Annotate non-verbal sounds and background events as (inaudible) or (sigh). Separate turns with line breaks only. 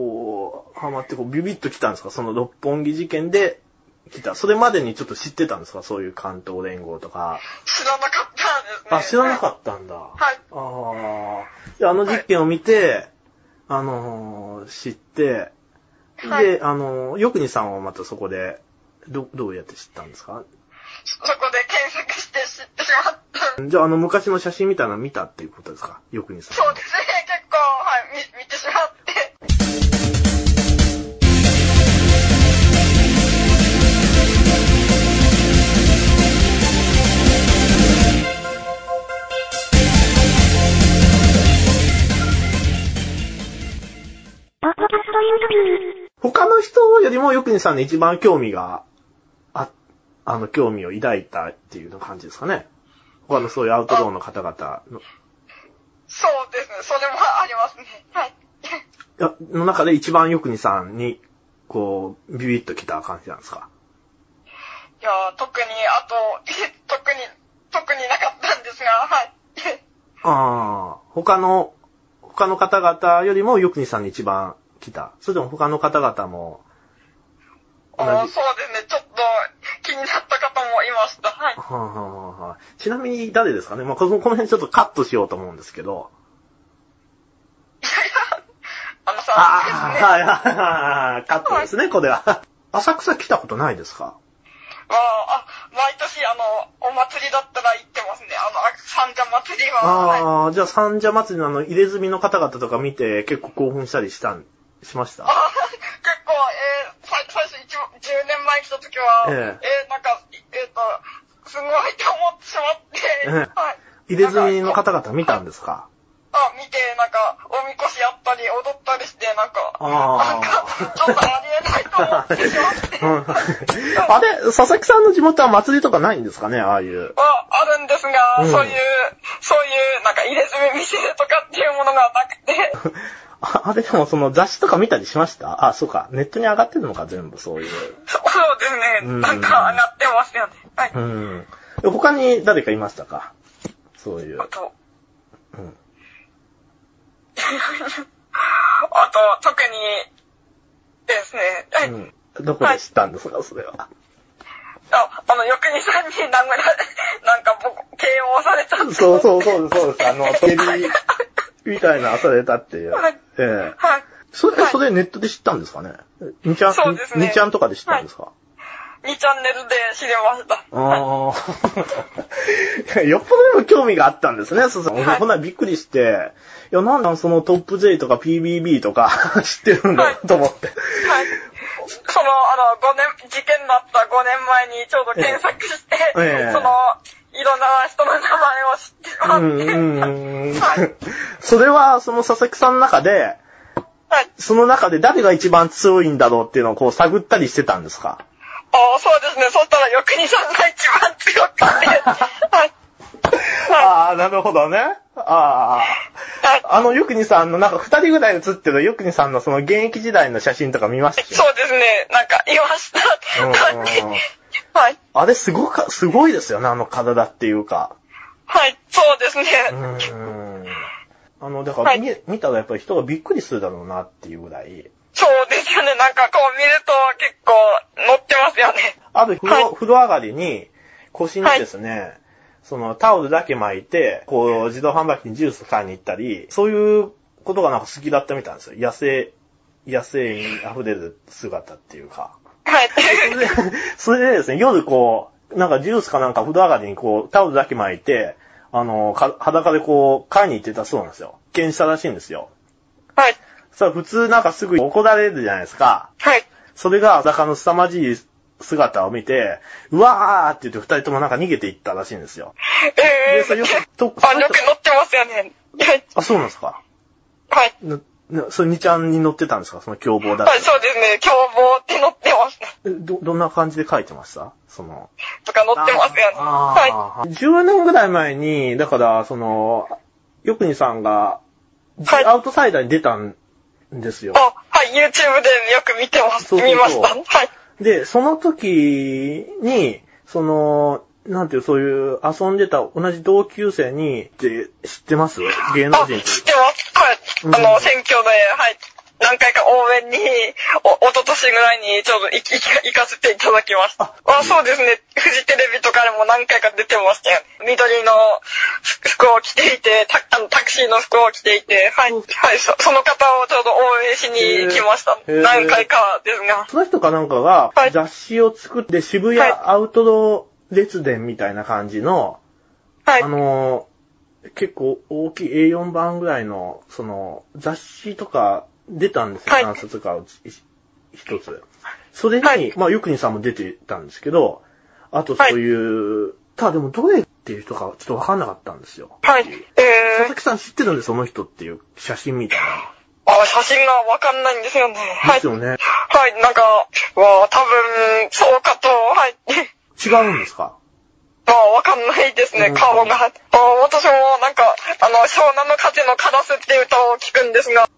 こう、ハマってこうビビッと来たんですかその六本木事件で来た。それまでにちょっと知ってたんですかそういう関東連合とか。
知らなかったんですね。
あ、知らな
っ
かったんだ。はいああ。で、あの実験を見て、あのー知って、
はい。
で、あのー、よくにさんはまたそこで、ど、どうやって知ったんですか
そこで検索して知ってしまった。
じゃあ、あの、昔の写真みたいなの見たっていうことですかよくにさん。
そうですね、結構、はい、見、見てしまって。
他の人よりもよくにさんに一番興味が、あ、あの、興味を抱いたっていう感じですかね。他のそういうアウトローの方々の、
そうですね、それもありますね。はい。 (laughs)
いやの中で一番よくにさんに、こう、ビビッときた感じなんですか
いやー特に、あと、特に、特になかったんですが、はい。
ああ、他の、他の方々よりもよくにさんに一番来た。それとも他の方々も、同じ。
あ
は
ーそうですね、ちょっと気になった方もいました。はい。 (laughs)
あはあはあはあちなみに誰ですかねまあ、このこの辺ちょっとカットしようと思うんですけど。
いやいや、 (laughs) あのさ
あ
んですね。
あ、はいはいはい。カットですね、これは。 (laughs) 浅草来たことないですか
まあ、あ、毎年、あの、お祭りだったら行ってますね。あの、あ三社祭りは。はい
ああ、じゃあ三社祭りのあの、入れ墨の方々とか見て結構興奮したりしたん、しました
あー結構、えー、さ最初一番、10年前来た時は、
え
えーなんか、いえっ、と、すごいと思ってしまって、
ええ
はい。
入れ墨の方々見たんですか
あ、見て、なんか、おみこしやったり、踊ったりして、なんか、
あー
なんか、ちょっとありえないと思ってしまって。
(laughs) うんあれ、佐々木さんの地元は祭りとかないんですかねああいう。
は、あるんですが、
うん
そういう、そういう、なんか、入れ墨見せるとかっていうものがなくて、
ああれでもその雑誌とか見たりしましたあ、そうか。ネットに上がってるのか、全部そういう。
そうです
う
ね、
ん
なんか上がってますよね。はい。
うん。他に誰かいましたかそういう
あ。と、
うん。
あと、特に、ですね、はい。
うんどこで知ったんですか、それは。
あ、あの、よくにさんに殴ら、 (laughs) なんか、僕、KO されたっ
(laughs)
て
そうそうそうですそうです。あの、テ
(laughs)
レビみたいなされたっていう。
はい
ええ
はい。
それ、
はい
それネットで知ったんですかね ?2 ちゃん、
そうですね
2ちゃんとかで知ったんですか、
2チャンネルで知りました。
ああ。 (laughs) よっぽどでも興味があったんですね、そうそう。
はい
こんなびっくりして、いや、なんなんそのトップ J とか PBB とか (laughs) 知ってるんだ
はい
と思って。
はい。その、あの、5年、事件だった5年前にちょうど検索して、
ええ
その、いろんな人の名前を知ってもら
う
っ
ん
て、
うんうん
はい。
それは、その佐々木さんの中で、
はい。
その中で誰が一番強いんだろうっていうのをこう探ったりしてたんですか
あそうですね。そしたら、よくにさんが一番強
(laughs)
くて、はい。はい。
ああ、なるほどね。あ
はい。
あ。あの、よくにさんの、なんか二人ぐらい写ってるよくにさんのその現役時代の写真とか見ましたし
そうですね。なんか、いました。
うん
なんで
うん
はい。
あれすごか、すごいですよね、あの体っていうか。
はい。そうですね。
うーん。あの、だから、
はい
見見たらやっぱり人がびっくりするだろうなっていうぐらい。
そうですよね。なんか、こう見ると結構乗ってますよね。
ある風呂、
はい
風呂上がりに、腰にですね、そのタオルだけ巻いて、こう自動販売機にジュース買いに行ったり、そういうことがなんか好きだったみたいなんですよ。野生、野生に溢れる姿っていうか。
はい。 (laughs)
それで、それでですね、夜こう、なんかジュースかなんか風呂上がりにこう、タオルだけ巻いて、あの、か裸でこう、買いに行ってたそうなんですよ。発見したらしいんですよ。
はい。
さあ普通なんかすぐ怒られるじゃないですか。
はい。
それが裸の凄まじい姿を見て、うわーって言って二人ともなんか逃げていったらしいんですよ。
え
で、
え
それよく、と、
あ、よく乗ってますよね。はい。
あ、そうなんですか。
はい。
な、な、それ2ちゃんに乗ってたんですかその凶暴だっ
はい、そうですね。凶暴って乗ってますね。
て。ど、どんな感じで書いてましたその。
とか乗ってますよね。は
あー10年ぐらい前に、だから、その、よくにさんが、
はい
アウトサイダーに出たんですよ
い。。あ、はい、YouTube でよく見てます。
そうそうそう
見ました。はい。
で、その時に、その、なんていう、そういう遊んでた同じ同級生に、って知ってます芸能
あ、
人
知ってます。はい。あ
うん
の、選挙で、はい。何回か応援に、お、おととしぐらいにちょうど行き行き行かせていただきました。あそうですね。フジテレビとかでも何回か出てましたよ。緑の服を着ていて、タあのタクシーの服を着ていて、はい。
うん
はい、そその方をちょうど応援しに来ました。
へーへー
何回かですが。
その人かなんかが
はい
雑誌を作って渋谷
はい
アウトドア列伝みたいな感じの、
はい
あ。のー、結構大きい A4 版ぐらいの、その、雑誌とか出たんですよ。
はい
何冊かうち一一つ。それに、
はい
まあ、ゆくにさんも出てたんですけど、あとそういう、ただでもどれっていう人かちょっとわかんなかったんですよ。
はい。
佐
え
々
ー、
木さん知ってるんで、その人っていう写真みたいな。
あ、写真がわかんないんですよね。は
で
い
す。よね。
はい、なんか、わあ、多分、そうかと、はい。
違うんですか
まあ、わかんないですね
う、ん
顔が。あ私も、なんか、あの、湘南の風のカラスっていう歌を聞くんですが、